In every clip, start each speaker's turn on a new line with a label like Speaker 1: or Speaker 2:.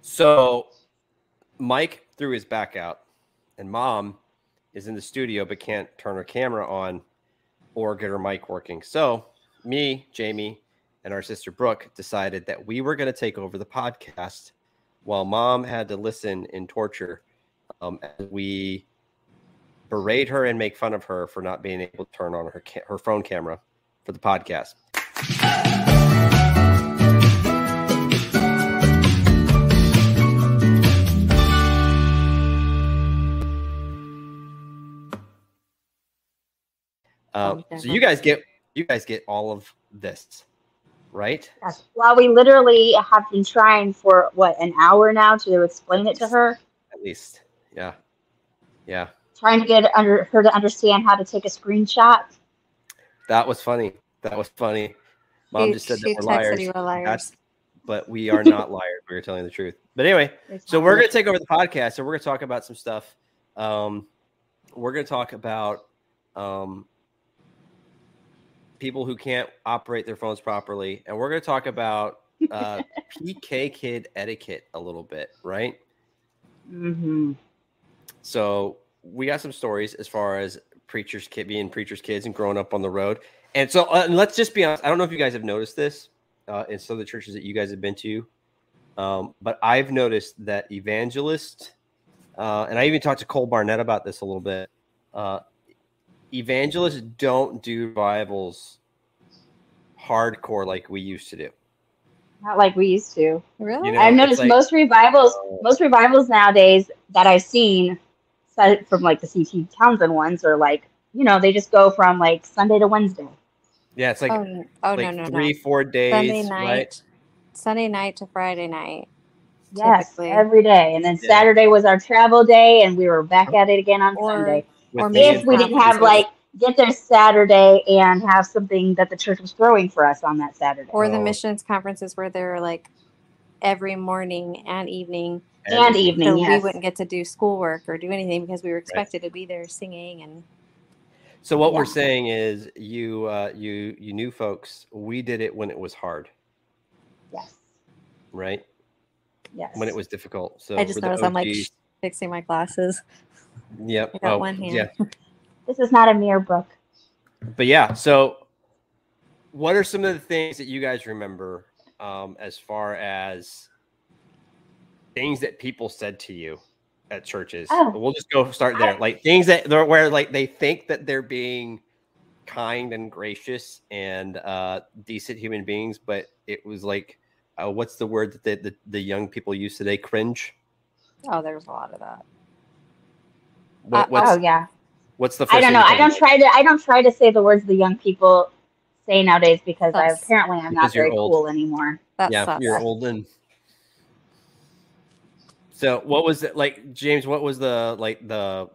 Speaker 1: So Mike threw his back out, and mom is in the studio but can't turn her camera on or get her mic working. So me, Jamie, and our sister Brooke decided that we were going to take over the podcast while mom had to listen in torture. Um, as we berate her and make fun of her for not being able to turn on her ca- her phone camera for the podcast. Um, so you guys get you guys get all of this, right?
Speaker 2: Yes. While we literally have been trying for what an hour now to explain it to her,
Speaker 1: At least, yeah, yeah.
Speaker 2: trying to get it under her to understand how to take a screenshot.
Speaker 1: That was funny. That was funny. Mom just said that we're
Speaker 3: texted
Speaker 1: liars,
Speaker 3: you were liars.
Speaker 1: but we are not liars. We are telling the truth. But anyway, so we're going to take over the podcast and we're going to talk about some stuff. Um, we're going to talk about um, people who can't operate their phones properly, and we're going to talk about uh, PK kid etiquette a little bit, right?
Speaker 2: Mm-hmm.
Speaker 1: So we got some stories as far as preachers kid being preachers kids and growing up on the road. And so uh, and let's just be honest. I don't know if you guys have noticed this uh, in some of the churches that you guys have been to, um, but I've noticed that evangelists, uh, and I even talked to Cole Barnett about this a little bit. Uh, evangelists don't do revivals hardcore like we used to do.
Speaker 2: Not like we used to.
Speaker 3: Really?
Speaker 1: You know,
Speaker 2: I've
Speaker 1: it's
Speaker 2: noticed
Speaker 1: like-
Speaker 2: most revivals,
Speaker 1: Oh.
Speaker 2: most revivals nowadays that I've seen, aside from like the CT Townsend ones, are like you know they just go from like Sunday to Wednesday.
Speaker 1: Yeah, it's like,
Speaker 3: oh, no. oh
Speaker 1: like
Speaker 3: no, no,
Speaker 1: three,
Speaker 3: no.
Speaker 1: four
Speaker 3: Sunday
Speaker 1: days,
Speaker 3: night.
Speaker 1: right?
Speaker 3: Sunday night to Friday night.
Speaker 2: Yes,
Speaker 3: Typically.
Speaker 2: every day, and then
Speaker 1: Yeah.
Speaker 2: Saturday was our travel day, and we were back at it again on
Speaker 3: Or-
Speaker 2: Sunday.
Speaker 1: with
Speaker 3: or
Speaker 1: me
Speaker 3: maybe
Speaker 1: and
Speaker 2: If we
Speaker 1: Brooke.
Speaker 2: didn't have like get there Saturday and have something that the church was throwing for us on that Saturday,
Speaker 3: Or the
Speaker 1: Oh.
Speaker 3: missions conferences where they were like every morning and evening.
Speaker 2: and evening,
Speaker 3: So we
Speaker 2: yes.
Speaker 3: wouldn't get to do schoolwork or do anything because we were expected to be there singing and
Speaker 1: So what we're
Speaker 2: Yeah.
Speaker 1: saying is, you, uh, you, you new folks, we did it when it was hard,
Speaker 2: yes,
Speaker 1: right?
Speaker 2: yes.
Speaker 1: When it was difficult. So
Speaker 3: I just
Speaker 1: we're the
Speaker 3: noticed I'm like
Speaker 1: OGs.
Speaker 3: fixing my glasses.
Speaker 1: yep.
Speaker 3: I got
Speaker 1: oh,
Speaker 3: one hand.
Speaker 1: Yeah.
Speaker 2: this is not a mere book.
Speaker 1: But yeah. So, what are some of the things that you guys remember um, as far as things that people said to you at churches?
Speaker 2: Oh.
Speaker 1: We'll just go start there.
Speaker 2: I-
Speaker 1: like things that they're where like they think that they're being kind and gracious and uh, decent human beings, but it was like, uh, what's the word that the, the, the young people use today? Cringe.
Speaker 3: Oh, there's a lot of that.
Speaker 1: What,
Speaker 3: Uh,
Speaker 1: what's
Speaker 2: oh yeah,
Speaker 1: what's the? First
Speaker 2: I don't
Speaker 1: thing
Speaker 2: know.
Speaker 1: that
Speaker 2: I don't
Speaker 1: comes
Speaker 2: try to. I don't try to say the words the young people say nowadays because I
Speaker 3: That's-
Speaker 2: apparently I'm
Speaker 1: Because
Speaker 2: not
Speaker 1: you're
Speaker 2: very
Speaker 1: old.
Speaker 2: cool anymore.
Speaker 3: That
Speaker 1: yeah,
Speaker 3: sucks.
Speaker 1: you're old and so what was it like, James? What was the like the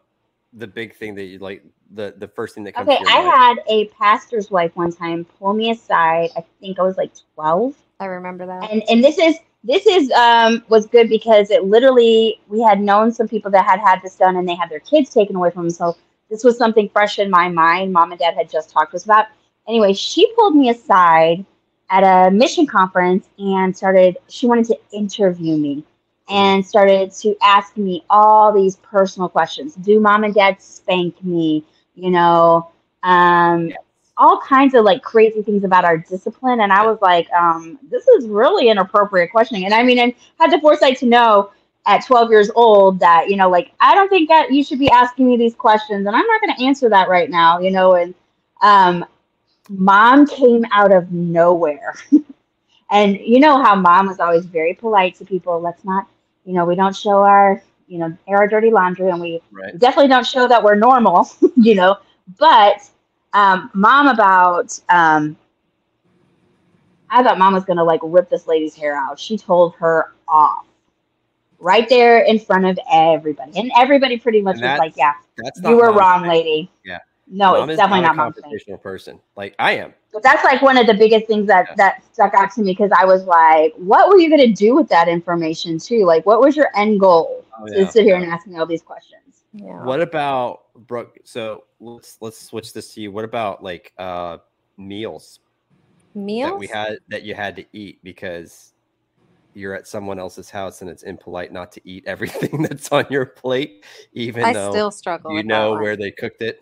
Speaker 1: the big thing that you like the the first thing that comes?
Speaker 2: Okay,
Speaker 1: to your
Speaker 2: I
Speaker 1: mind?
Speaker 2: had a pastor's wife one time pull me aside. I think I was like twelve.
Speaker 3: I remember that.
Speaker 2: and and this is this is um was good because it literally we had known some people that had had this done and they had their kids taken away from them so this was something fresh in my mind mom and dad had just talked to us about anyway she pulled me aside at a mission conference and started she wanted to interview me and started to ask me all these personal questions do mom and dad spank me you know um all kinds of like crazy things about our discipline and i was like um, this is really inappropriate questioning and i mean i had the foresight to know at 12 years old that you know like i don't think that you should be asking me these questions and i'm not going to answer that right now you know and um, mom came out of nowhere and you know how mom was always very polite to people let's not you know we don't show our you know air our dirty laundry and we
Speaker 1: right.
Speaker 2: definitely don't show that we're normal, you know. But um, mom about um, I thought mom was gonna like rip this lady's hair out. She told her off right there in front of everybody, and everybody pretty much
Speaker 1: And
Speaker 2: was
Speaker 1: that's
Speaker 2: like, "Yeah,
Speaker 1: That's
Speaker 2: you were
Speaker 1: mom's
Speaker 2: wrong,
Speaker 1: thing.
Speaker 2: lady."
Speaker 1: Yeah.
Speaker 2: No,
Speaker 1: Mom
Speaker 2: it's
Speaker 1: is
Speaker 2: definitely not
Speaker 1: a
Speaker 2: mom's thing.
Speaker 1: confrontational person. Like I am.
Speaker 2: But that's like one of the biggest things that
Speaker 1: Yeah.
Speaker 2: that stuck out to me because I was like, "What were you gonna do with that information too? Like, what was your end goal
Speaker 1: Oh,
Speaker 2: to
Speaker 1: yeah,
Speaker 2: sit here
Speaker 1: yeah.
Speaker 2: and ask me all these questions?"
Speaker 3: yeah.
Speaker 1: What about Brooke? So let's let's switch this to you. What about like uh meals
Speaker 3: Meals?
Speaker 1: that we had that you had to eat because you're at someone else's house and it's impolite not to eat everything that's on your plate, even
Speaker 3: I
Speaker 1: though
Speaker 3: still struggle.
Speaker 1: you
Speaker 3: with that
Speaker 1: know
Speaker 3: one.
Speaker 1: where they cooked it.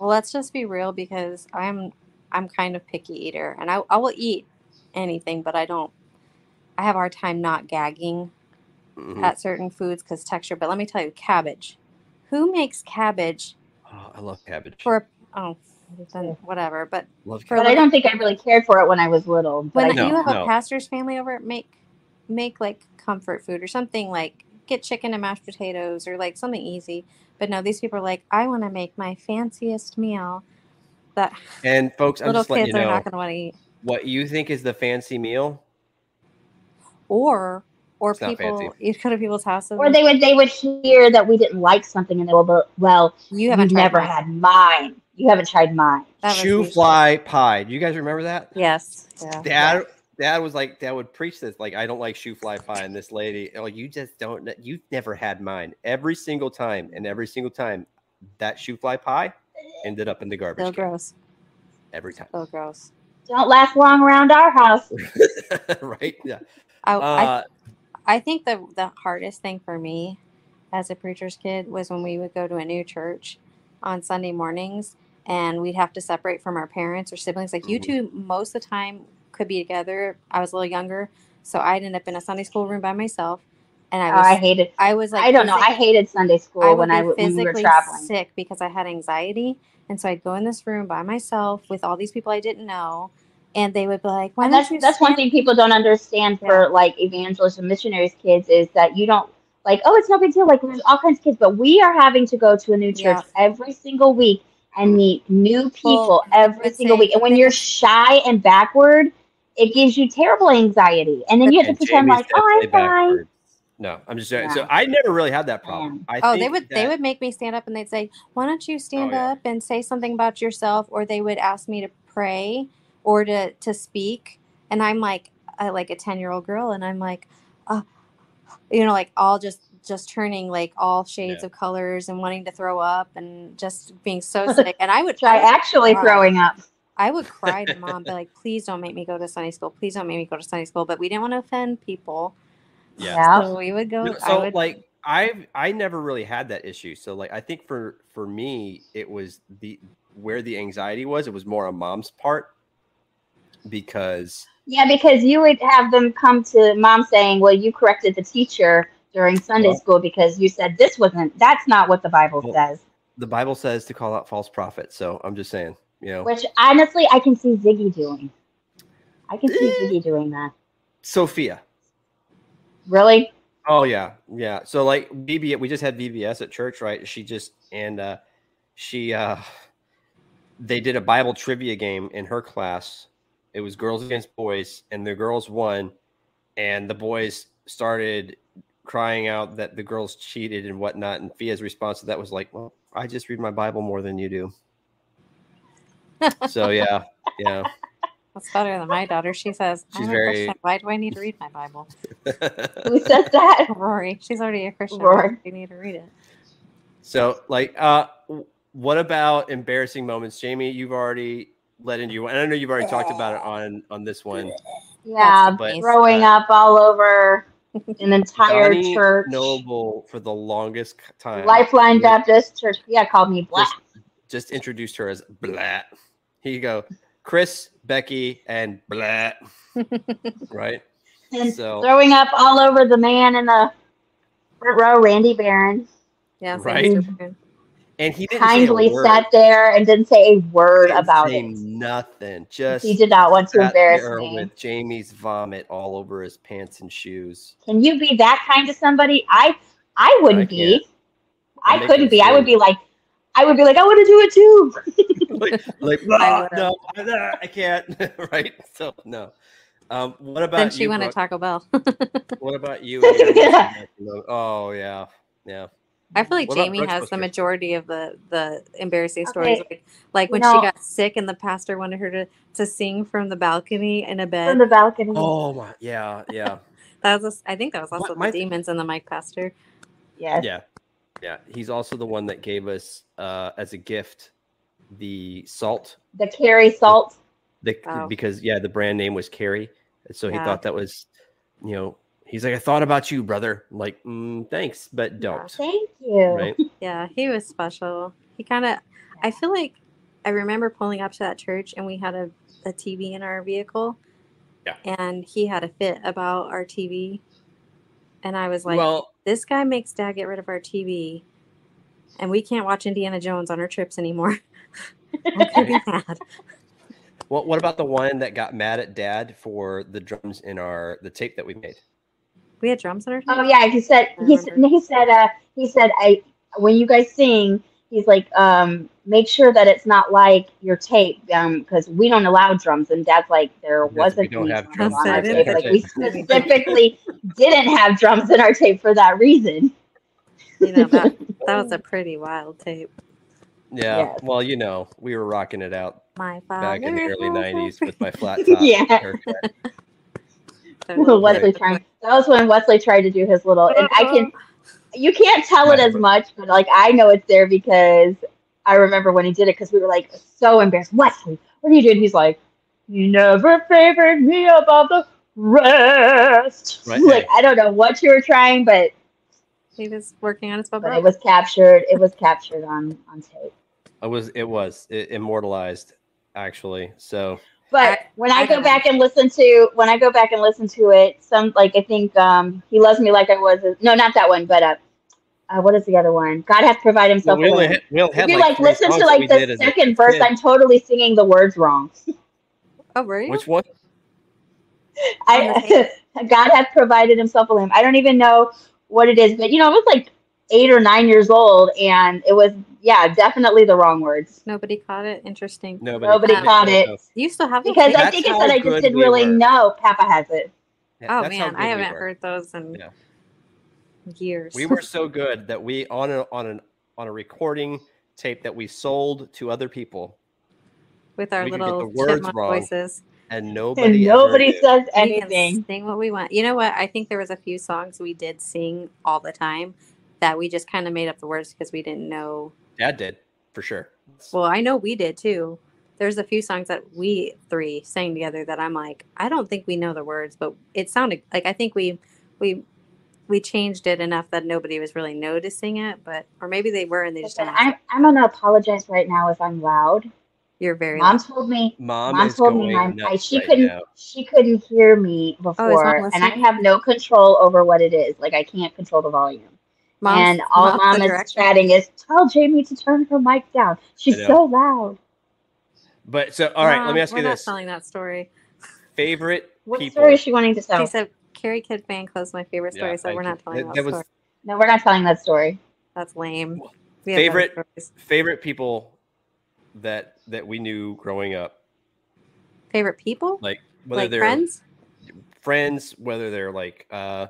Speaker 3: Well, let's just be real because I'm I'm kind of picky eater, and I I will eat anything, but I don't. I have a hard time not gagging
Speaker 1: Mhm.
Speaker 3: at certain foods because texture. But let me tell you, cabbage. Who makes cabbage
Speaker 1: Oh, I love cabbage.
Speaker 3: for a oh then whatever? But
Speaker 1: love
Speaker 3: for
Speaker 2: But I don't think I really cared for it when I was little. But I
Speaker 3: when
Speaker 1: No,
Speaker 3: you have
Speaker 1: no.
Speaker 3: a pastor's family over, make make like comfort food or something like get chicken and mashed potatoes or like something easy. But no, these people are like, I want to make my fanciest meal that
Speaker 1: And folks, I'm
Speaker 3: little
Speaker 1: just letting
Speaker 3: kids
Speaker 1: you
Speaker 3: are
Speaker 1: know
Speaker 3: not going to want to eat.
Speaker 1: what you think is the fancy meal.
Speaker 3: or or
Speaker 1: It's not fancy.
Speaker 3: people you go to people's houses
Speaker 2: or they would they would hear that we didn't like something and they will be- well
Speaker 3: you
Speaker 2: you
Speaker 3: haven't
Speaker 2: have never
Speaker 3: tried mine.
Speaker 2: had mine you haven't tried mine
Speaker 3: That was
Speaker 1: Shoe
Speaker 3: usually-
Speaker 1: fly pie. Do you guys remember that?
Speaker 3: yes yeah.
Speaker 1: Dad, dad was like, dad would preach this. Like, I don't like shoe fly pie. And this lady, oh, you just don't, kn- you've never had mine. Every single time, and every single time, that shoe fly pie ended up in the
Speaker 3: so
Speaker 1: garbage can
Speaker 3: gross
Speaker 1: every time.
Speaker 3: so gross
Speaker 2: don't last long around our house
Speaker 1: right? Yeah.
Speaker 3: I,
Speaker 1: Uh,
Speaker 3: I, I think the the hardest thing for me as a preacher's kid was when we would go to a new church on sunday mornings and we'd have to separate from our parents or siblings like you
Speaker 1: Mhm.
Speaker 3: two most of the time could be together i was a little younger so i'd end up in a sunday school room by myself and i
Speaker 2: Oh,
Speaker 3: was
Speaker 2: i hated
Speaker 3: i was like
Speaker 2: i don't know
Speaker 3: physically-
Speaker 2: i hated sunday school
Speaker 3: I would
Speaker 2: when
Speaker 3: be
Speaker 2: i w- when we were
Speaker 3: physically
Speaker 2: traveling
Speaker 3: sick because I had anxiety, and so I'd go in this room by myself with all these people I didn't know, and they would be like, "Why
Speaker 2: and
Speaker 3: don't
Speaker 2: that's
Speaker 3: you?"
Speaker 2: that's one thing
Speaker 3: stand-
Speaker 2: people don't understand for like evangelists and missionaries kids is that you don't like oh it's no big deal like there's all kinds of kids but we are having to go to a new church
Speaker 3: Yeah.
Speaker 2: every single week and meet new people every
Speaker 3: it's
Speaker 2: single
Speaker 3: a-
Speaker 2: week and when you're shy and backward it gives you terrible anxiety and then you have to
Speaker 1: and
Speaker 2: pretend
Speaker 1: Jamie's
Speaker 2: like oh
Speaker 1: definitely
Speaker 2: I'm fine
Speaker 1: backwards. No, I'm just saying. So
Speaker 2: Yeah.
Speaker 1: I never really had that problem. I
Speaker 3: Oh, they
Speaker 1: think
Speaker 3: would
Speaker 1: that-
Speaker 3: they would make me stand up and they'd say, "Why don't
Speaker 2: Oh,
Speaker 3: you stand
Speaker 1: yeah.
Speaker 3: up and say something about yourself?" Or they would ask me to pray or to to speak, and I'm like I, like a ten year old girl, and I'm like, uh, you know, like all just just turning like all shades of colors and wanting to throw up and just being so sick. And I would
Speaker 2: try actually
Speaker 3: Wow.
Speaker 2: throwing up
Speaker 3: I would cry to mom, be like, please don't make me go to Sunday school. Please don't make me go to Sunday school. But we didn't want to offend people.
Speaker 1: Yeah.
Speaker 3: So we would go.
Speaker 1: No,
Speaker 3: I
Speaker 1: so
Speaker 3: would,
Speaker 1: like I've I never really had that issue. So like I think for for me it was the where the anxiety was. It was more on mom's part because
Speaker 2: Yeah, because you would have them come to mom saying, "Well, you corrected the teacher during Sunday
Speaker 1: Well-
Speaker 2: school because you said this wasn't. That's not what the Bible
Speaker 1: Well-
Speaker 2: says."
Speaker 1: the Bible says to call out false prophets. So I'm just saying, you know.
Speaker 2: Which honestly, I can see Ziggy doing. I can
Speaker 1: Eh.
Speaker 2: see Ziggy doing that.
Speaker 1: Sophia.
Speaker 2: Really?
Speaker 1: Oh yeah, yeah. So like VB, we just had VBS at church, right? She just and uh she uh they did a Bible trivia game in her class. It was girls against boys, and the girls won, and the boys started crying out that the girls cheated and whatnot. And Fia's response to that was like, "Well, I just read my Bible more than you do." so yeah, yeah.
Speaker 3: that's better than my daughter. She says, I'm
Speaker 1: She's
Speaker 3: a
Speaker 1: very-
Speaker 3: Christian. Why do I need to read my Bible?
Speaker 2: Who says that?
Speaker 3: Rory. She's already a Christian. Why
Speaker 2: Rory.
Speaker 3: do you need to read it?
Speaker 1: So, like, uh, w- what about embarrassing moments, Jamie? You've already let into you, and I know you've already talked about it on on this one.
Speaker 2: Yeah,
Speaker 1: But,
Speaker 2: throwing
Speaker 1: uh,
Speaker 2: up all over an entire
Speaker 1: Donnie
Speaker 2: church.
Speaker 1: Noble for the longest c- time.
Speaker 2: Lifeline
Speaker 1: Yeah.
Speaker 2: Baptist Church. Yeah, called me black.
Speaker 1: Just introduced her as Blat. Here you go, Chris, Becky, and Blat. right?
Speaker 2: And
Speaker 1: So-
Speaker 2: throwing up all over the man in the front row, Randy Barron.
Speaker 3: Yeah. so
Speaker 1: Right?
Speaker 3: Mr. Boone.
Speaker 1: And he didn't
Speaker 2: kindly
Speaker 1: say a word.
Speaker 2: sat there and didn't say a word
Speaker 1: Didn't
Speaker 2: about
Speaker 1: say
Speaker 2: it.
Speaker 1: Nothing. Just
Speaker 2: He did not want to
Speaker 1: sat
Speaker 2: embarrass
Speaker 1: there
Speaker 2: me.
Speaker 1: with Jamie's vomit all over his pants and shoes.
Speaker 2: Can you be that kind to somebody? I I wouldn't
Speaker 1: I
Speaker 2: be.
Speaker 1: I'm
Speaker 2: I couldn't
Speaker 1: making
Speaker 2: be. I would
Speaker 1: food.
Speaker 2: be like, I would be like, I want to do it too.
Speaker 1: like, like, "Ah,
Speaker 3: would've.
Speaker 1: no, I'm not- I can't. right? So no. Um, what about
Speaker 3: Then she
Speaker 1: you?
Speaker 3: went to
Speaker 1: Brooke?
Speaker 3: Taco Bell.
Speaker 1: What about you?
Speaker 2: Yeah.
Speaker 1: Oh yeah, yeah.
Speaker 3: I feel like
Speaker 1: What about
Speaker 3: Jamie
Speaker 1: Brooke's
Speaker 3: has the
Speaker 1: sisters?
Speaker 3: majority of the the embarrassing
Speaker 2: Okay.
Speaker 3: stories, like, like when
Speaker 2: No.
Speaker 3: she got sick and the pastor wanted her to to sing from the balcony in a bed.
Speaker 2: From the balcony.
Speaker 1: Oh my, yeah, yeah,
Speaker 3: That was, I think that was
Speaker 1: What-
Speaker 3: also
Speaker 1: my-
Speaker 3: the demons and the Mike Pastor.
Speaker 2: Yes.
Speaker 1: yeah, yeah. He's also the one that gave us uh, as a gift the salt,
Speaker 2: The carry salt.
Speaker 1: the,
Speaker 3: Wow.
Speaker 1: because yeah, the brand name was Carrie, so he
Speaker 3: Yeah.
Speaker 1: thought that was, you know, He's like, I thought about you, brother. I'm like, mm, thanks, but don't.
Speaker 2: Thank you.
Speaker 1: Right?
Speaker 3: Yeah, he was special. He kind of, I feel like I remember pulling up to that church and we had a, a TV in our vehicle.
Speaker 1: Yeah.
Speaker 3: And he had a fit about our TV. And I was like,
Speaker 1: well,
Speaker 3: this guy makes dad get rid of our TV and we can't watch Indiana Jones on our trips anymore. I could be mad.
Speaker 1: what what about the one that got mad at dad for the drums in our the tape that we made?
Speaker 3: We had drums on our
Speaker 2: Oh yeah, he said he s-
Speaker 3: remember.
Speaker 2: he said uh he said I when you guys sing, he's like um make sure that it's not like your tape um because we don't allow drums and dad's like there
Speaker 1: Yes, we
Speaker 2: wasn't
Speaker 1: don't
Speaker 2: any
Speaker 1: have
Speaker 2: drums on our
Speaker 3: drums in
Speaker 2: tape
Speaker 3: our
Speaker 2: like we
Speaker 1: tape.
Speaker 2: specifically didn't have drums in our tape for that reason.
Speaker 3: You know, that, that was a pretty wild tape.
Speaker 1: Yeah.
Speaker 2: Yes.
Speaker 1: Well, you know, we were rocking it out
Speaker 3: My
Speaker 1: back in the early
Speaker 3: father has a
Speaker 1: '90s with my flat top.
Speaker 2: Yeah.
Speaker 1: haircut.
Speaker 3: Totally.
Speaker 2: Wesley trying that was when Wesley tried to do his little and I can you can't tell it as much, but like I know it's there because I remember when he did it because we were like so embarrassed. Wesley, what are you doing? He's like, you never favored me above the rest.
Speaker 1: Right.
Speaker 2: Like I don't know what you were trying, but,
Speaker 3: He was working on his
Speaker 2: but
Speaker 3: bubble.
Speaker 2: it was captured. It was captured on on tape.
Speaker 1: I was. It was it immortalized, actually. So
Speaker 2: But
Speaker 3: I-
Speaker 2: when I,
Speaker 3: I
Speaker 2: go
Speaker 3: don't-
Speaker 2: back and listen to when I go back and listen to it, some like I think um he loves me like I was. No, not that one, but uh, uh what is the other one? God hath provided himself.
Speaker 1: we
Speaker 2: a
Speaker 1: only
Speaker 2: lamb.
Speaker 1: had, we only
Speaker 2: If
Speaker 1: had
Speaker 2: you like,
Speaker 1: three
Speaker 2: listen
Speaker 1: songs
Speaker 2: to
Speaker 1: that we
Speaker 2: like
Speaker 1: did
Speaker 2: the
Speaker 1: as a
Speaker 2: second verse,
Speaker 1: kid.
Speaker 2: I'm totally singing the words wrong.
Speaker 3: oh, were you?
Speaker 1: Which one?
Speaker 3: On the
Speaker 2: I God hath provided himself a lamb. I don't even know what it is, but you know, I was like eight or nine years old, and it was yeah, definitely the wrong words
Speaker 3: Nobody caught it. Interesting.
Speaker 1: Nobody,
Speaker 2: Nobody
Speaker 3: caught
Speaker 2: it.
Speaker 3: You still have those
Speaker 2: because I
Speaker 1: That's
Speaker 2: think it's
Speaker 1: how
Speaker 2: that I just
Speaker 1: good
Speaker 2: didn't
Speaker 1: we
Speaker 2: really
Speaker 1: were.
Speaker 2: know. Papa has it.
Speaker 1: Yeah,
Speaker 3: Oh
Speaker 1: that's how
Speaker 3: man,
Speaker 1: good
Speaker 3: I
Speaker 1: we
Speaker 3: haven't
Speaker 1: were.
Speaker 3: heard those in
Speaker 1: Yeah.
Speaker 3: years.
Speaker 1: We were so good that we on a, on an on a recording tape that we sold to other people,
Speaker 3: with our
Speaker 1: we could get
Speaker 3: little
Speaker 1: the words
Speaker 3: chipmunk
Speaker 1: wrong.
Speaker 3: voices.
Speaker 1: and nobody
Speaker 2: And
Speaker 1: ever
Speaker 2: nobody
Speaker 1: knew.
Speaker 2: says
Speaker 3: We can
Speaker 2: anything.
Speaker 3: sing what we want. You know what? I think there was a few songs we did sing all the time that we just kind of made up the words because we didn't know.
Speaker 1: Dad did for sure.
Speaker 3: Well, I know we did too. There's a few songs that we three sang together that I'm like, I don't think we know the words, but it sounded like I think we we we changed it enough that nobody was really noticing it, but or maybe they were and they just
Speaker 2: Listen,
Speaker 3: didn't.
Speaker 2: I'm I'm gonna apologize right now if I'm loud.
Speaker 3: You're very
Speaker 2: Mom told me.
Speaker 1: Mom,
Speaker 2: Mom,
Speaker 1: is
Speaker 2: told
Speaker 1: going
Speaker 2: me my, I,
Speaker 1: nuts
Speaker 2: she
Speaker 1: right
Speaker 2: couldn't
Speaker 1: now.
Speaker 2: she couldn't hear me
Speaker 3: Oh, mom
Speaker 2: before, and I
Speaker 3: listening?
Speaker 2: have no control over what it is. Like I can't control the volume.
Speaker 3: Mom's-
Speaker 2: and all
Speaker 3: mom's
Speaker 2: mom
Speaker 3: the
Speaker 2: is
Speaker 3: director.
Speaker 2: chatting is tell Jamie to turn her mic down. She's
Speaker 1: know.
Speaker 2: so loud.
Speaker 1: But so, all right, let
Speaker 3: Mom,
Speaker 1: me ask you
Speaker 3: We're not
Speaker 1: this:
Speaker 3: telling that story.
Speaker 1: favorite
Speaker 2: What
Speaker 1: people.
Speaker 2: story is she wanting to tell?
Speaker 3: She said, "Carrie Kid fan close my favorite
Speaker 1: Yeah,
Speaker 3: story," so
Speaker 1: thank
Speaker 3: we're
Speaker 1: you.
Speaker 3: not telling
Speaker 1: That-
Speaker 3: that,
Speaker 1: that was
Speaker 3: story.
Speaker 2: no, we're not telling that story.
Speaker 3: That's lame.
Speaker 1: Wha-
Speaker 3: We have other
Speaker 1: favorite-
Speaker 3: stories.
Speaker 1: favorite people that that we knew growing up,
Speaker 3: favorite people,
Speaker 1: like whether
Speaker 3: like
Speaker 1: they're
Speaker 3: friends,
Speaker 1: friends, whether they're like uh,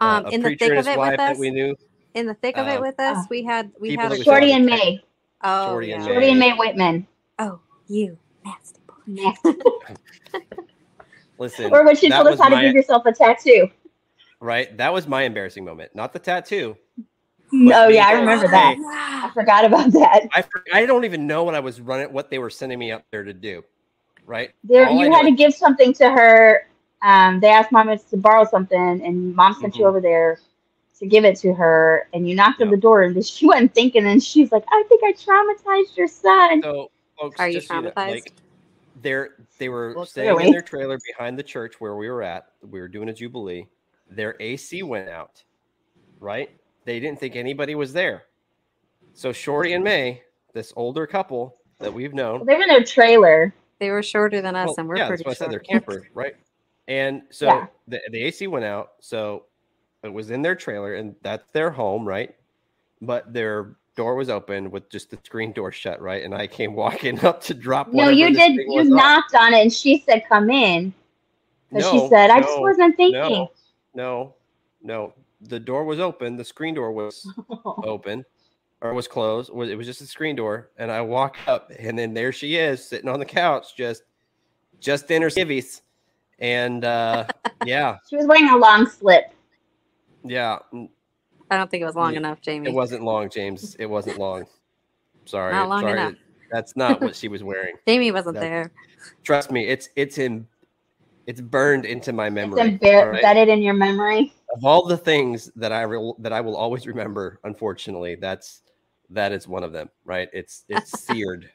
Speaker 3: um,
Speaker 1: uh, a
Speaker 3: in the
Speaker 1: preacher
Speaker 3: thick
Speaker 1: and
Speaker 3: of
Speaker 1: his
Speaker 3: it
Speaker 1: wife
Speaker 3: with
Speaker 1: that
Speaker 3: us.
Speaker 1: we knew.
Speaker 3: In the thick of it
Speaker 1: um,
Speaker 3: with us,
Speaker 2: Oh.
Speaker 3: we had we
Speaker 1: people
Speaker 3: had
Speaker 1: that
Speaker 3: a
Speaker 1: we
Speaker 2: Shorty and May.
Speaker 3: Oh,
Speaker 1: Shorty and
Speaker 3: yeah.
Speaker 1: May.
Speaker 2: Shorty and May Whitman.
Speaker 3: oh, you nasty boy.
Speaker 2: Next.
Speaker 1: Listen,
Speaker 2: or when she
Speaker 1: that
Speaker 2: told us
Speaker 1: was
Speaker 2: how
Speaker 1: my-
Speaker 2: to give yourself a tattoo.
Speaker 1: right? That was my embarrassing moment, not the tattoo.
Speaker 2: No,
Speaker 1: me.
Speaker 2: Oh, yeah, I remember that. I forgot about that.
Speaker 1: I for- I don't even know what I was running, what they were sending me up there to do, right?
Speaker 2: There,
Speaker 1: All I
Speaker 2: you
Speaker 1: know
Speaker 2: had to give something to her. Um, they asked mom to borrow something, and mom sent you
Speaker 1: Mhm.
Speaker 2: over there to give it to her. And you knocked on
Speaker 1: Yeah.
Speaker 2: the door, and she wasn't thinking. And she's like, "I think I traumatized your son."
Speaker 1: So, folks,
Speaker 3: Are you
Speaker 1: just so know,
Speaker 3: traumatized?
Speaker 1: like, they're they were
Speaker 2: Well,
Speaker 1: staying in
Speaker 2: clearly.
Speaker 1: their trailer behind the church where we were at. We were doing a jubilee. Their AC went out, right? They didn't think anybody was there. So Shorty and May, this older couple that we've known,
Speaker 2: Well, they were in a trailer.
Speaker 3: They were shorter than us,
Speaker 1: well,
Speaker 3: and we're
Speaker 1: yeah,
Speaker 3: pretty
Speaker 1: that's what I said. They're
Speaker 3: short.
Speaker 1: campers, right? And so
Speaker 2: Yeah.
Speaker 1: the, the AC went out, so it was in their trailer, and that's their home, right? But their door was open with just the screen door shut, right? And I came walking up to drop.
Speaker 2: No,
Speaker 1: whatever
Speaker 2: you
Speaker 1: this
Speaker 2: did.
Speaker 1: thing
Speaker 2: You
Speaker 1: was on.
Speaker 2: knocked on it, and she said, "Come in." Because
Speaker 1: No,
Speaker 2: she said, "I just
Speaker 1: no,
Speaker 2: wasn't thinking."
Speaker 1: No, no, no. The door was open. The screen door was open, or was closed. Was it was just a screen door. And I walk up, and then there she is, sitting on the couch, just, just in her civvies, and uh, yeah,
Speaker 2: She was wearing a long slip.
Speaker 1: yeah. n-
Speaker 3: I don't think it was long
Speaker 1: Yeah,
Speaker 3: enough, Jamie.
Speaker 1: It wasn't long, James. It wasn't long. Sorry,
Speaker 3: Not long
Speaker 1: sorry.
Speaker 3: enough.
Speaker 1: That's not what she was wearing.
Speaker 3: Jamie wasn't
Speaker 1: No.
Speaker 3: there.
Speaker 1: Trust me, it's it's in. It's burned into my
Speaker 2: It's
Speaker 1: memory. all
Speaker 2: embar-
Speaker 1: right?
Speaker 2: embedded in your memory.
Speaker 1: Of all the things that I re- that I will always remember, unfortunately, that's that is one of them. Right? It's it's seared.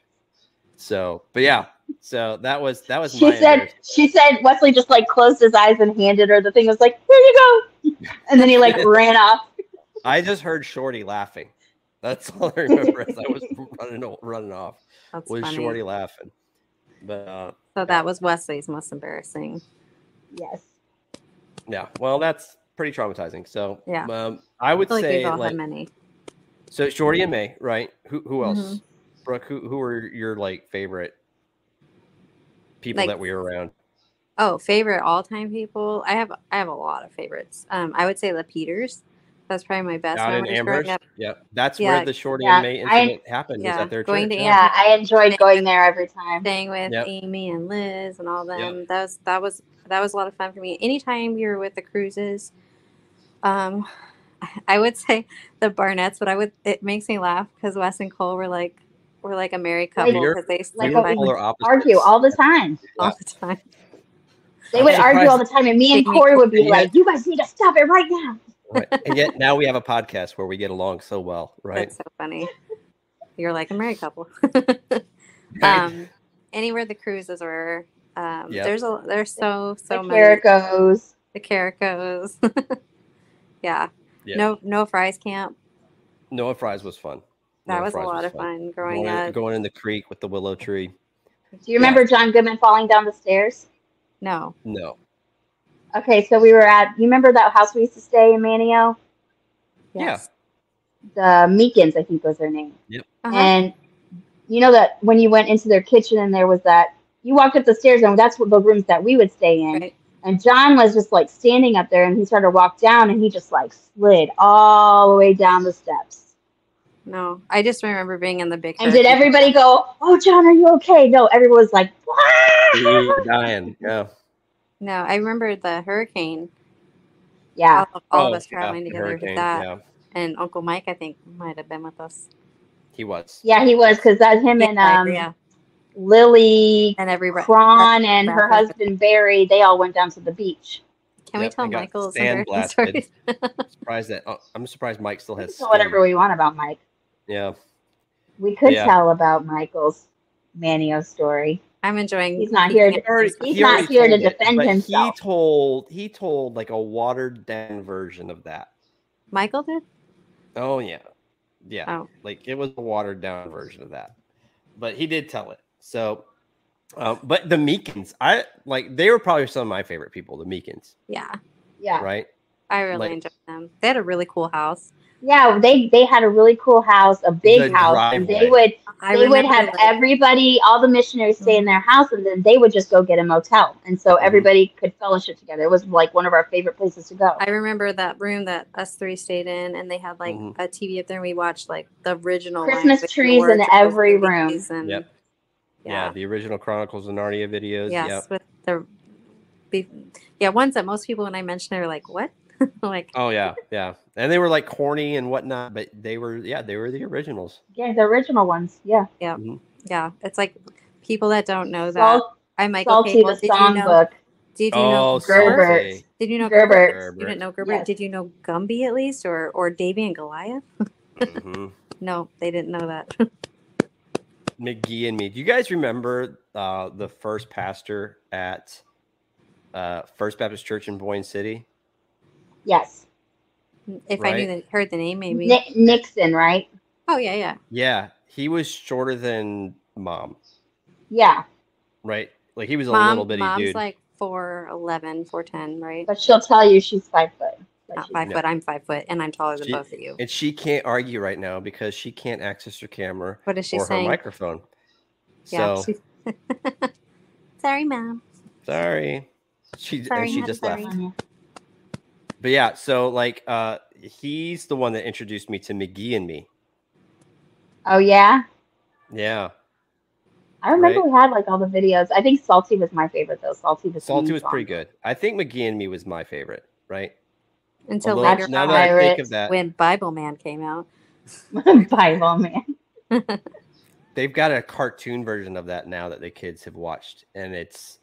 Speaker 1: So, but yeah. So that was that was.
Speaker 2: She
Speaker 1: my
Speaker 2: said.
Speaker 1: embarrassment.
Speaker 2: She said Wesley just like closed his eyes and handed her the thing. It was like, here you go, and then he like ran off.
Speaker 1: I just heard Shorty laughing. That's all I remember. as I was running o- running off.
Speaker 3: That's
Speaker 1: was
Speaker 3: funny.
Speaker 1: Shorty laughing? But uh,
Speaker 3: So that was Wesley's most embarrassing.
Speaker 2: Yes.
Speaker 1: yeah. Well, that's pretty traumatizing. So
Speaker 3: Yeah.
Speaker 1: um, I would
Speaker 3: I feel like
Speaker 1: say
Speaker 3: we've all
Speaker 1: like
Speaker 3: had many.
Speaker 1: So Shorty and May, right? Who who else?
Speaker 3: Mhm.
Speaker 1: Brooke, who who were your like favorite people
Speaker 3: Like-
Speaker 1: that we were around?
Speaker 3: Oh, favorite all time people. I have I have a lot of favorites. Um, I I would say La Peters. That's probably my best.
Speaker 1: Out
Speaker 3: when
Speaker 1: in
Speaker 3: I was
Speaker 1: Amherst.
Speaker 3: growing up.
Speaker 1: Yeah. That's
Speaker 3: Yeah,
Speaker 1: where the Shorty
Speaker 2: yeah,
Speaker 1: and May
Speaker 2: I-
Speaker 1: incident happened.
Speaker 3: yeah,
Speaker 1: was at their
Speaker 3: going to
Speaker 1: church.
Speaker 2: Yeah, I enjoyed going there every time.
Speaker 3: staying with
Speaker 1: Yep.
Speaker 3: Amy and Liz and all them. That was that was that was a lot of fun for me. Anytime you were with the cruises, um, I would say the Barnetts, but I would it makes me laugh because Wes and Cole were like were like a married
Speaker 2: Like-
Speaker 3: couple
Speaker 1: You're-
Speaker 3: because they
Speaker 1: We
Speaker 3: stayed
Speaker 2: Like
Speaker 1: were
Speaker 2: a-
Speaker 3: by
Speaker 2: all
Speaker 1: polar opposites.
Speaker 2: Argue all the time.
Speaker 3: all the time.
Speaker 2: They would
Speaker 1: I'm
Speaker 2: argue
Speaker 1: surprised-
Speaker 2: all the time, and me and
Speaker 3: They make-
Speaker 2: Corey would be
Speaker 1: Yeah.
Speaker 2: like, "You guys need to stop it right now."
Speaker 1: Right. And yet now we have a podcast where we get along so well, right?
Speaker 3: That's so funny. You're like a married couple.
Speaker 1: Right.
Speaker 3: um, anywhere the cruises were. Um,
Speaker 1: Yep.
Speaker 3: There's a there's so so
Speaker 2: the
Speaker 3: many
Speaker 2: Caricos.
Speaker 3: the Caricos. yeah.
Speaker 1: Yeah.
Speaker 3: No no fries camp.
Speaker 1: Noah Fries was fun.
Speaker 3: That
Speaker 1: Noah
Speaker 3: was a
Speaker 1: Fries
Speaker 3: lot of fun growing
Speaker 1: Going,
Speaker 3: up.
Speaker 1: in, going in the creek with the willow tree.
Speaker 2: Do you remember John Goodman falling down the stairs?
Speaker 3: No.
Speaker 1: No.
Speaker 2: Okay, so we were at. You remember that house we used to stay in Manio?
Speaker 1: Yeah.
Speaker 3: Yes.
Speaker 2: The Meekins, I think, was their name.
Speaker 3: Uh-huh.
Speaker 2: And you know that when you went into their kitchen and there was that, you walked up the stairs and that's what the rooms that we would stay in.
Speaker 3: Right.
Speaker 2: And John was just like standing up there and he started to walk down and he just like slid all the way down the steps.
Speaker 3: No. I just remember being in the big
Speaker 2: And
Speaker 3: Hurricane.
Speaker 2: did everybody go, Oh, John, are you okay? No, everyone was like,
Speaker 1: We were dying. Yeah.
Speaker 3: No, I remember the hurricane.
Speaker 2: Yeah.
Speaker 3: All, all of
Speaker 1: Oh,
Speaker 3: us
Speaker 1: yeah,
Speaker 3: traveling
Speaker 1: the
Speaker 3: together
Speaker 1: hurricane,
Speaker 3: with that.
Speaker 1: Yeah.
Speaker 3: And Uncle Mike I think might have been with us.
Speaker 1: He was.
Speaker 2: Yeah, he was because that him and
Speaker 3: yeah,
Speaker 2: um,
Speaker 3: yeah.
Speaker 2: Lily
Speaker 3: And everybody
Speaker 2: Cron and her
Speaker 3: Bradley.
Speaker 2: husband Barry, they all went down to the beach.
Speaker 3: can
Speaker 1: Yep,
Speaker 3: we tell
Speaker 1: I got
Speaker 3: Michael's embarrassing
Speaker 1: sandblasted.
Speaker 3: stories?
Speaker 1: surprised that oh, I'm surprised Mike still
Speaker 2: We can
Speaker 1: has
Speaker 2: tell whatever
Speaker 1: skin.
Speaker 2: we want about Mike.
Speaker 1: Yeah,
Speaker 2: We could
Speaker 1: Yeah.
Speaker 2: tell about Michael's Manio story.
Speaker 3: I'm enjoying
Speaker 2: He's not here.
Speaker 3: Yeah.
Speaker 2: To, he's not
Speaker 1: already
Speaker 2: here to
Speaker 1: told it,
Speaker 2: defend
Speaker 1: but
Speaker 2: himself.
Speaker 1: He told he told like a watered down version of that.
Speaker 3: Michael did?
Speaker 1: Oh yeah, yeah.
Speaker 3: Oh.
Speaker 1: Like it was a watered down version of that, but he did tell it. So, uh, but the Meekins, I like they were probably some of my favorite people. The Meekins,
Speaker 3: Yeah.
Speaker 2: yeah,
Speaker 1: right?
Speaker 3: I really
Speaker 1: Like-
Speaker 3: enjoyed them. They had a really cool house.
Speaker 2: yeah. They they had a really cool house, a big
Speaker 1: The
Speaker 2: house, and they would
Speaker 3: I
Speaker 2: they would
Speaker 3: remember Mm-hmm.
Speaker 2: have
Speaker 3: the-
Speaker 2: everybody, all the missionaries, stay in their house, and then they would just go get a motel, and so
Speaker 1: Mhm.
Speaker 2: everybody could fellowship together. It was like one of our favorite places to go.
Speaker 3: I remember that room that us three stayed in, and they had like
Speaker 1: Mhm.
Speaker 3: a TV up there, and we watched like the original Lions
Speaker 2: Christmas
Speaker 3: with
Speaker 2: trees
Speaker 3: George
Speaker 2: in
Speaker 3: and
Speaker 2: every
Speaker 3: those
Speaker 2: room.
Speaker 3: movies and-
Speaker 1: Yep. Yeah.
Speaker 3: Yeah.
Speaker 1: the original Chronicles of Narnia videos.
Speaker 3: yes.
Speaker 1: Yep.
Speaker 3: With the, be, yeah, ones that most people when I mention they were like, "What?" like,
Speaker 1: Oh yeah, yeah. And they were like corny and whatnot, but they were yeah, they were the originals.
Speaker 2: Yeah, the original ones. Yeah,
Speaker 3: yeah, it's like people that don't know Oh, that.
Speaker 2: Salt,
Speaker 3: I Michael
Speaker 2: Salty
Speaker 3: Cable.
Speaker 2: the
Speaker 3: Did you know?
Speaker 2: songbook.
Speaker 3: Did you
Speaker 1: Oh,
Speaker 3: know
Speaker 2: Gerber?
Speaker 3: Gerber?
Speaker 1: Sophie.
Speaker 3: Did you know
Speaker 2: Gerber.
Speaker 3: You didn't know Gerber.
Speaker 2: Yes.
Speaker 3: Did you know Gumby at least, or or Davy and Goliath?
Speaker 1: Mhm.
Speaker 3: No, they didn't know that.
Speaker 1: McGee and me. Do you guys remember uh, the first pastor at uh, First Baptist Church in Boyne City?
Speaker 2: Yes,
Speaker 3: if I knew,
Speaker 1: Right.
Speaker 3: the, heard the name, maybe.
Speaker 2: Nick, Nixon, right?
Speaker 3: Oh yeah, yeah.
Speaker 1: Yeah, he was shorter than mom,
Speaker 2: Yeah,
Speaker 1: right? Like he was a
Speaker 3: Mom,
Speaker 1: little bitty
Speaker 3: mom's
Speaker 1: dude.
Speaker 3: like 4'11, 4'10, right?
Speaker 2: but she'll tell you she's five foot. But
Speaker 3: Not
Speaker 2: she's
Speaker 3: five
Speaker 1: No.
Speaker 3: foot. I'm five foot, and I'm taller than
Speaker 1: She-
Speaker 3: both of you.
Speaker 1: and she can't argue right now because she can't access her camera
Speaker 3: What is she
Speaker 1: or her
Speaker 3: saying?
Speaker 1: microphone.
Speaker 3: Yeah.
Speaker 1: so
Speaker 3: she- Sorry, ma'am.
Speaker 1: sorry. She
Speaker 3: Sorry,
Speaker 1: and she
Speaker 3: not
Speaker 1: just
Speaker 3: sorry.
Speaker 1: left.
Speaker 2: funny.
Speaker 1: But yeah, so like uh he's the one that introduced me to McGee and me.
Speaker 2: Oh yeah,
Speaker 1: Yeah.
Speaker 2: I remember
Speaker 1: Right.
Speaker 2: we had like all the videos. I think Salty was my favorite though. Salty the
Speaker 1: Salty
Speaker 2: theme
Speaker 1: was
Speaker 2: song.
Speaker 1: pretty good. I think McGee and me was my favorite, right?
Speaker 3: Until
Speaker 1: Although,
Speaker 3: later
Speaker 1: now
Speaker 3: on,
Speaker 1: that I think
Speaker 2: Pirates
Speaker 1: of that,
Speaker 3: when Bible Man came out.
Speaker 2: Bible man.
Speaker 1: they've got a cartoon version of that now that the kids have watched, and it's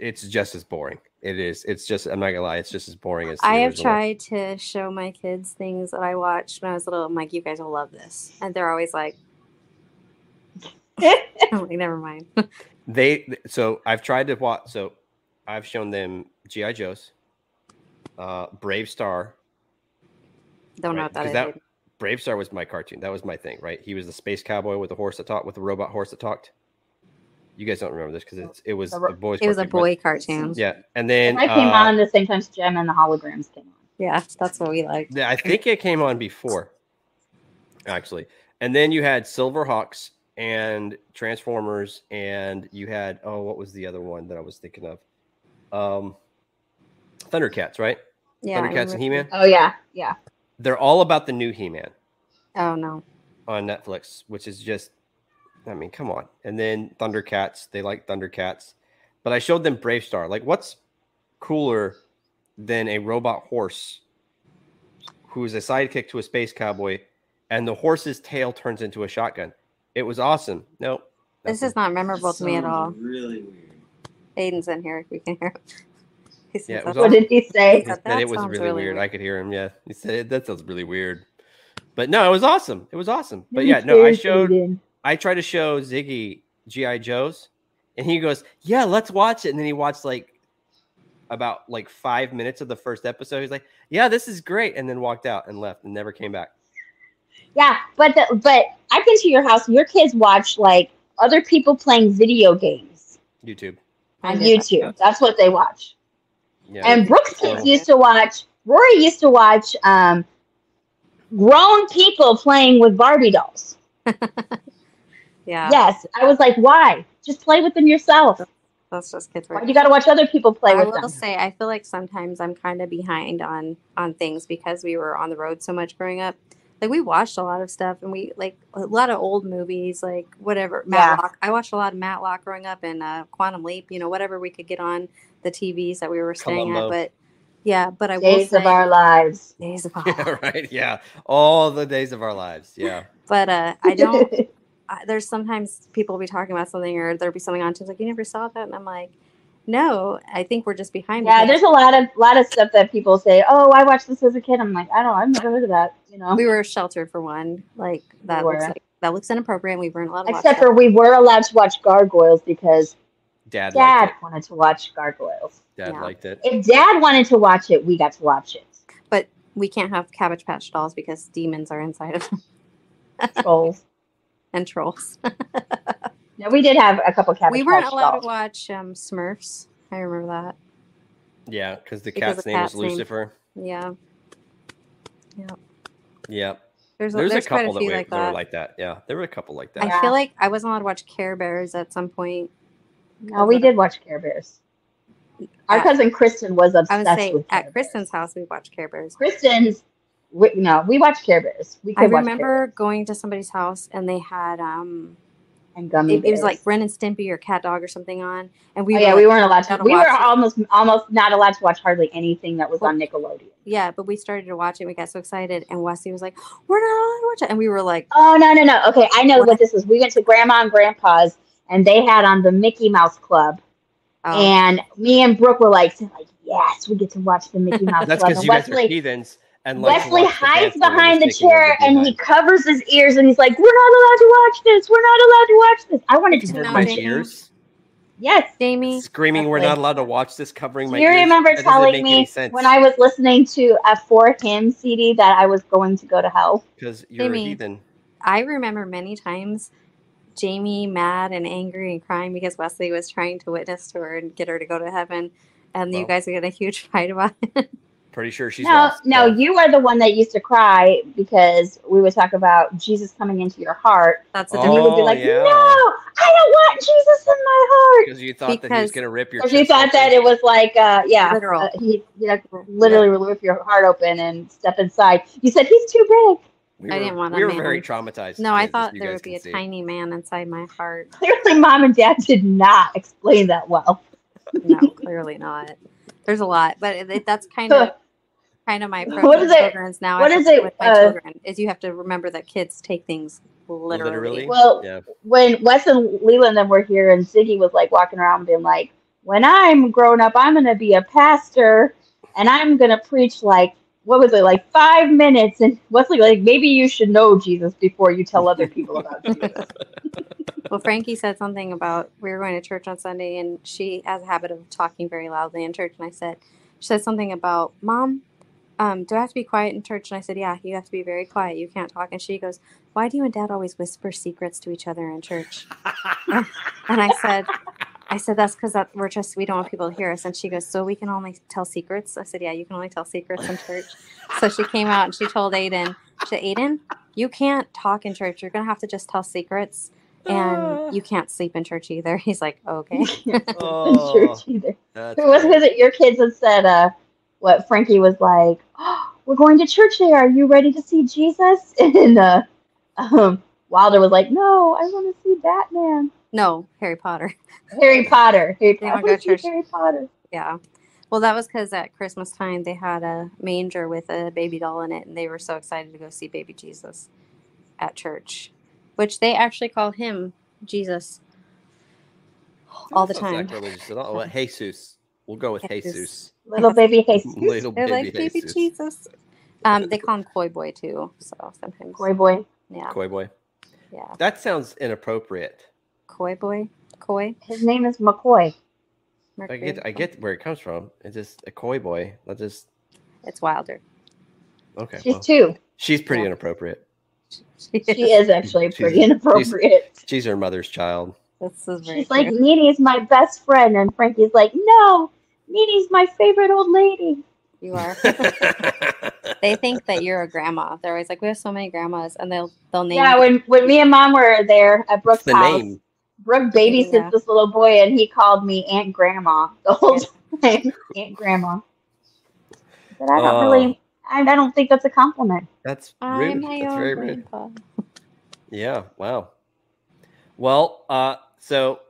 Speaker 1: it's just as boring. It is. It's just. I'm not gonna lie. It's just as boring as. the
Speaker 3: I have
Speaker 1: original.
Speaker 3: tried to show my kids things that I watched when I was little. I'm like, you guys will love this, and they're always like, I'm like, never mind.
Speaker 1: They so I've tried to watch. So I've shown them GI Joes, uh, Brave Star.
Speaker 3: Don't know
Speaker 1: Right,
Speaker 3: what that
Speaker 1: because
Speaker 3: is.
Speaker 1: that- Brave Star was my cartoon. That was my thing, right? He was the space cowboy with the horse that talked, with the robot horse that talked. You guys don't remember this because it's it was
Speaker 2: The ro-
Speaker 1: a boy's.
Speaker 3: it was a
Speaker 1: cartoon, but-
Speaker 3: boy cartoon.
Speaker 1: Yeah, and then
Speaker 2: I came
Speaker 1: uh,
Speaker 2: on the same time Gem and the holograms came on.
Speaker 3: Yeah, that's what we like.
Speaker 1: Yeah, I think it came on before, actually. And then you had Silverhawks and Transformers, and you had oh, what was the other one that I was thinking of? Um, Thundercats, right?
Speaker 3: Yeah, I
Speaker 1: Thundercats and
Speaker 3: remember-
Speaker 1: He-Man.
Speaker 2: Oh yeah, yeah.
Speaker 1: They're all about the new He-Man
Speaker 3: Oh no,
Speaker 1: on Netflix, which is just, I mean, come on. And then Thundercats, they like Thundercats, but I showed them Brave Star. Like, what's cooler than a robot horse who's a sidekick to a space cowboy, and the horse's tail turns into a shotgun? It was awesome. No,
Speaker 3: this is not memorable to me at all.
Speaker 4: Really weird.
Speaker 3: Aiden's in here. We can hear. him. He says
Speaker 1: Yeah, it
Speaker 3: that's-
Speaker 1: was
Speaker 2: What did he say?
Speaker 3: Yeah.
Speaker 1: that,
Speaker 3: that
Speaker 1: it was
Speaker 3: sounds
Speaker 1: really,
Speaker 3: really
Speaker 1: weird.
Speaker 3: weird.
Speaker 1: I could hear him. Yeah, he said it, that sounds really weird. But no, it was awesome. It was awesome. But yeah, no, I showed I tried to show Ziggy GI Joe's, and he goes, "Yeah, let's watch it." And then he watched like about like five minutes of the first episode. He's like, "Yeah, this is great," and then walked out and left and never came back.
Speaker 2: Yeah, but the, but I've been to your house. Your kids watch like other people playing video games
Speaker 1: YouTube.
Speaker 3: I
Speaker 2: on
Speaker 3: did that.
Speaker 2: YouTube. That's what they watch.
Speaker 1: Yeah.
Speaker 2: And Brooks' kids
Speaker 1: Oh.
Speaker 2: used to watch. Rory used to watch um, grown people playing with Barbie dolls.
Speaker 3: Yeah,
Speaker 2: Yes, I was like, why? Just play with them yourself.
Speaker 3: that's just kids.
Speaker 2: Why do you got to watch other people play
Speaker 3: I
Speaker 2: with
Speaker 3: will
Speaker 2: them?
Speaker 3: say I feel like sometimes I'm kind of behind on on things because we were on the road so much growing up. Like we watched a lot of stuff and we like a lot of old movies, like whatever
Speaker 2: Yeah.
Speaker 3: Matlock. I watched a lot of Matlock growing up and uh, Quantum Leap. You know, whatever we could get on the TVs that we were staying
Speaker 1: Columbo.
Speaker 3: at. But yeah, but I will
Speaker 2: Days
Speaker 3: say
Speaker 2: of our lives.
Speaker 3: days of
Speaker 1: yeah,
Speaker 3: our.
Speaker 1: right. Yeah, all the days of our lives. Yeah,
Speaker 3: But uh, I don't. I, there's sometimes people will be talking about something or there'll be something on. She's like, "You never saw that," and I'm like, "No, I think we're just behind."
Speaker 2: yeah,
Speaker 3: because
Speaker 2: there's a lot of lot of stuff that people say. Oh, I watched this as a kid. I'm like, I don't. I've never heard of that. You know.
Speaker 3: we were sheltered for one. Like that
Speaker 2: We
Speaker 3: looks
Speaker 2: were.
Speaker 3: like that looks inappropriate. We weren't allowed to watch
Speaker 2: Except for we were allowed to watch Gargoyles because
Speaker 1: Dad.
Speaker 2: Dad
Speaker 1: Liked
Speaker 2: wanted to watch Gargoyles.
Speaker 1: it. Dad
Speaker 3: Yeah.
Speaker 1: liked it.
Speaker 2: If Dad wanted to watch it, we got to watch it.
Speaker 3: that. but we can't have Cabbage Patch dolls because demons are inside of them
Speaker 2: Trolls.
Speaker 3: and trolls.
Speaker 2: no, we did have a couple Cabbage
Speaker 3: we weren't
Speaker 2: Patch
Speaker 3: allowed
Speaker 2: Dolls.
Speaker 3: to watch um, Smurfs. I remember that.
Speaker 1: Yeah, because the
Speaker 3: Because
Speaker 1: cat's
Speaker 3: the
Speaker 1: name
Speaker 3: cat's
Speaker 1: was
Speaker 3: name.
Speaker 1: Lucifer.
Speaker 3: Yeah,
Speaker 1: Yeah,
Speaker 3: there's a,
Speaker 1: there's,
Speaker 3: there's,
Speaker 1: a
Speaker 3: quite
Speaker 1: couple
Speaker 3: a
Speaker 1: that,
Speaker 3: few
Speaker 1: we,
Speaker 3: like
Speaker 1: that were
Speaker 3: that.
Speaker 1: like that. Yeah, there were a couple like that.
Speaker 3: I
Speaker 2: Yeah.
Speaker 3: feel like I wasn't allowed to watch Care Bears at some point.
Speaker 2: No, we did watch Care Bears. Our
Speaker 3: At-
Speaker 2: cousin Kristen was
Speaker 3: Uh,
Speaker 2: obsessed
Speaker 3: I would say
Speaker 2: with Care
Speaker 3: at Kristen's house we watched Care Bears.
Speaker 2: Bears. Kristen's. We, no, we watched Care Bears. We could
Speaker 3: I
Speaker 2: watch Care
Speaker 3: remember
Speaker 2: Bears
Speaker 3: going to somebody's house and they had um
Speaker 2: and Gummy
Speaker 3: it, it was
Speaker 2: Bears.
Speaker 3: like Ren and Stimpy or Cat Dog or something on and we
Speaker 2: oh,
Speaker 3: were
Speaker 2: yeah,
Speaker 3: like-
Speaker 2: we weren't allowed to.
Speaker 3: allowed to
Speaker 2: We were
Speaker 3: watch it.
Speaker 2: almost almost not allowed to watch hardly anything that was on Nickelodeon.
Speaker 3: Yeah, but we started to watch it. We got so excited, and Wesley was like, "We're not allowed to watch it," and we were like,
Speaker 2: Oh no no no! Okay, I know
Speaker 3: What?
Speaker 2: what this is. We went to Grandma and Grandpa's, and they had on the Mickey Mouse Club,
Speaker 3: "Oh,
Speaker 2: and me and Brooke were like, saying, like yes, we get to watch the Mickey Mouse
Speaker 1: That's
Speaker 2: Club.
Speaker 1: because
Speaker 2: And
Speaker 1: you guys are
Speaker 2: Wesley,
Speaker 1: heathens. And like to
Speaker 2: Wesley
Speaker 1: watch the
Speaker 2: hides
Speaker 1: dance when
Speaker 2: behind the
Speaker 1: it's taking over
Speaker 2: chair and he
Speaker 1: behind.
Speaker 2: covers his ears, and he's like, we're not allowed to watch this. We're not allowed to watch this. I wanted to
Speaker 3: It's
Speaker 1: Covered
Speaker 2: know
Speaker 3: not
Speaker 1: my
Speaker 3: being-
Speaker 1: ears.
Speaker 2: Yes.
Speaker 3: Jamie,
Speaker 1: screaming we're
Speaker 2: Exactly.
Speaker 1: not allowed to watch this covering
Speaker 2: Do
Speaker 1: my
Speaker 2: you
Speaker 1: ears.
Speaker 2: remember
Speaker 1: That doesn't
Speaker 2: telling
Speaker 1: make
Speaker 2: me
Speaker 1: any sense
Speaker 2: When I was listening to a for him CD, that I was going to go to hell.
Speaker 1: because you're a
Speaker 3: Jamie.
Speaker 1: heathen
Speaker 3: I remember many times Jamie mad and angry and crying because Wesley was trying to witness to her and get her to go to heaven, and you
Speaker 1: Well.
Speaker 3: guys got a huge fight about it.
Speaker 1: pretty sure she's
Speaker 2: no,
Speaker 1: lost,
Speaker 2: no,
Speaker 1: so-
Speaker 2: you are the one that used to cry because we would talk about Jesus coming into your heart.
Speaker 3: That's a
Speaker 2: and you
Speaker 3: different.
Speaker 2: would be
Speaker 1: Oh,
Speaker 2: like,
Speaker 1: yeah.
Speaker 2: "No, I don't want Jesus in my heart,"
Speaker 1: because you thought that he was
Speaker 3: Because-
Speaker 1: going to rip your
Speaker 2: because you
Speaker 1: chest
Speaker 2: thought that
Speaker 1: open.
Speaker 2: it was like, uh, yeah,
Speaker 3: Literal.
Speaker 2: uh, he, you know, literally would rip your heart open and step inside. You said he's too big.
Speaker 1: we
Speaker 3: I
Speaker 1: were-
Speaker 3: didn't want
Speaker 1: we
Speaker 3: that
Speaker 1: were
Speaker 3: man.
Speaker 1: very traumatized
Speaker 3: No, I
Speaker 1: kids, as
Speaker 3: thought
Speaker 1: you
Speaker 3: there
Speaker 1: guys
Speaker 3: would be
Speaker 1: can
Speaker 3: a
Speaker 1: see.
Speaker 3: tiny man inside my heart.
Speaker 2: Clearly, mom and dad did not explain that well.
Speaker 3: No, clearly not. There's a lot, but it, it- that's kind of kind of my approach
Speaker 2: What
Speaker 3: with
Speaker 2: is it-
Speaker 3: children's now.
Speaker 2: what
Speaker 3: I
Speaker 2: is
Speaker 3: think
Speaker 2: it,
Speaker 3: with my
Speaker 2: uh,
Speaker 3: children? Is you have to remember that kids take things literally.
Speaker 1: Literally?
Speaker 2: Well,
Speaker 1: Yeah.
Speaker 2: when Wes and Leland and them were here, and Ziggy was like walking around being like, when I'm grown up, I'm going to be a pastor and I'm going to preach like, what was it, like five minutes? And Wesley, like, maybe you should know Jesus before you tell other people about Jesus.
Speaker 3: Well, Frankie said something about we were going to church on Sunday, and she has a habit of talking very loudly in church. And I said, she said something about, Mom, um, do I have to be quiet in church? And I said, Yeah, you have to be very quiet. You can't talk. And she goes, Why do you and Dad always whisper secrets to each other in church? and I said, I said that's because that we're just we don't want people to hear us. And she goes, so we can only tell secrets. I said, yeah, you can only tell secrets in church. So she came out and she told Aiden, she said, Aiden, you can't talk in church. You're gonna have to just tell secrets, and you can't sleep in church either. He's like, okay.
Speaker 1: Oh,
Speaker 2: in church either.
Speaker 1: that's
Speaker 2: Who was,
Speaker 1: great.
Speaker 2: was it your kids that said, uh, what Frankie was like, oh, we're going to church today. Are you ready to see Jesus? And uh, um, Wilder was like, no, I want to see Batman.
Speaker 3: No, Harry Potter.
Speaker 2: Harry Potter. Harry
Speaker 3: They
Speaker 2: Potter. I
Speaker 3: wanna go
Speaker 2: wanna
Speaker 3: to
Speaker 2: see
Speaker 3: church.
Speaker 2: Harry Potter.
Speaker 3: Yeah. Well, that was because at Christmas time they had a manger with a baby doll in it, and they were so excited to go see baby Jesus at church, which they actually call him Jesus all the
Speaker 1: Sounds
Speaker 3: time.
Speaker 1: sacrilegious at all. Well, Jesus. Oh, We'll go with
Speaker 3: Jesus.
Speaker 1: Jesus.
Speaker 2: Little baby Jesus.
Speaker 1: Little
Speaker 3: They're like
Speaker 1: baby
Speaker 3: baby
Speaker 1: Jesus.
Speaker 3: Jesus. Um, they call him Koi Boy too. So sometimes,
Speaker 2: Boy, boy.
Speaker 3: yeah,
Speaker 1: Koi boy.
Speaker 3: yeah,
Speaker 1: That sounds inappropriate.
Speaker 3: Koi Boy, Koi.
Speaker 2: His name is McCoy.
Speaker 1: I
Speaker 3: Mercury.
Speaker 1: get I get where it comes from. It's just a koi boy. That just
Speaker 3: It's Wilder.
Speaker 1: okay.
Speaker 2: She's
Speaker 1: well,
Speaker 2: two.
Speaker 1: she's pretty
Speaker 3: yeah.
Speaker 1: inappropriate.
Speaker 2: She is actually
Speaker 1: She's-
Speaker 2: pretty
Speaker 1: she's-
Speaker 2: inappropriate.
Speaker 1: She's her mother's child.
Speaker 3: This is very
Speaker 2: She's like,
Speaker 3: true.
Speaker 2: Needy's my best friend. And Frankie's like, no, Needy's my favorite old lady.
Speaker 3: you are. they think that you're a grandma. They're always like, we have so many grandmas, and they'll they'll name.
Speaker 2: Yeah, when, when me and mom were there at
Speaker 1: What's
Speaker 2: Brooke's
Speaker 1: the
Speaker 2: house,
Speaker 1: name?
Speaker 2: Brooke babysits
Speaker 3: Yeah.
Speaker 2: this little boy and he called me Aunt Grandma the whole time. Aunt Grandma. But I don't
Speaker 1: Oh.
Speaker 2: really, I, I don't think that's a compliment.
Speaker 1: That's
Speaker 3: I'm
Speaker 1: rude.
Speaker 3: my
Speaker 1: That's
Speaker 3: own
Speaker 1: very rude.
Speaker 3: grandpa.
Speaker 1: Yeah. Wow. Well, uh, so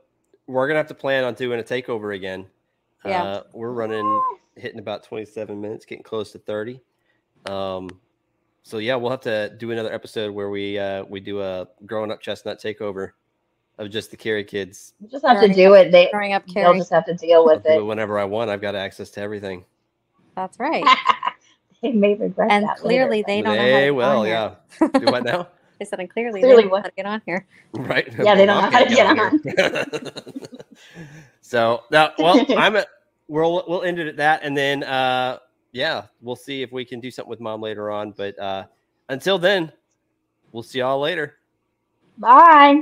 Speaker 1: we're gonna have to plan on doing a takeover again.
Speaker 3: Yeah.
Speaker 1: Uh, we're running hitting about 27 minutes, getting close to 30. Um, so yeah, we'll have to do another episode where we uh, we do a growing up chestnut takeover of just the Carrie kids.
Speaker 2: You just have to do it. They,
Speaker 3: Growing up,
Speaker 2: they'll
Speaker 3: Carrie.
Speaker 2: just have to deal
Speaker 1: I'll
Speaker 2: with
Speaker 1: do it
Speaker 2: it.
Speaker 1: whenever I want. I've got access to everything.
Speaker 3: That's right.
Speaker 2: they may regret
Speaker 3: And
Speaker 2: that.
Speaker 3: clearly
Speaker 2: later,
Speaker 3: they
Speaker 2: but-
Speaker 3: don't know how to
Speaker 1: They
Speaker 3: get
Speaker 1: will,
Speaker 3: on here.
Speaker 1: yeah. Do what now?
Speaker 3: I said, and clearly,
Speaker 2: Clearly
Speaker 3: they don't know
Speaker 2: what?
Speaker 3: how to get on here.
Speaker 1: Right.
Speaker 2: Yeah, they don't know how to
Speaker 1: Well,
Speaker 2: get
Speaker 1: I'll here. so now, well, I'm at. We'll we'll end it at that, and then uh, yeah, we'll see if we can do something with mom later on. But uh, until then, we'll see y'all later.
Speaker 2: Bye.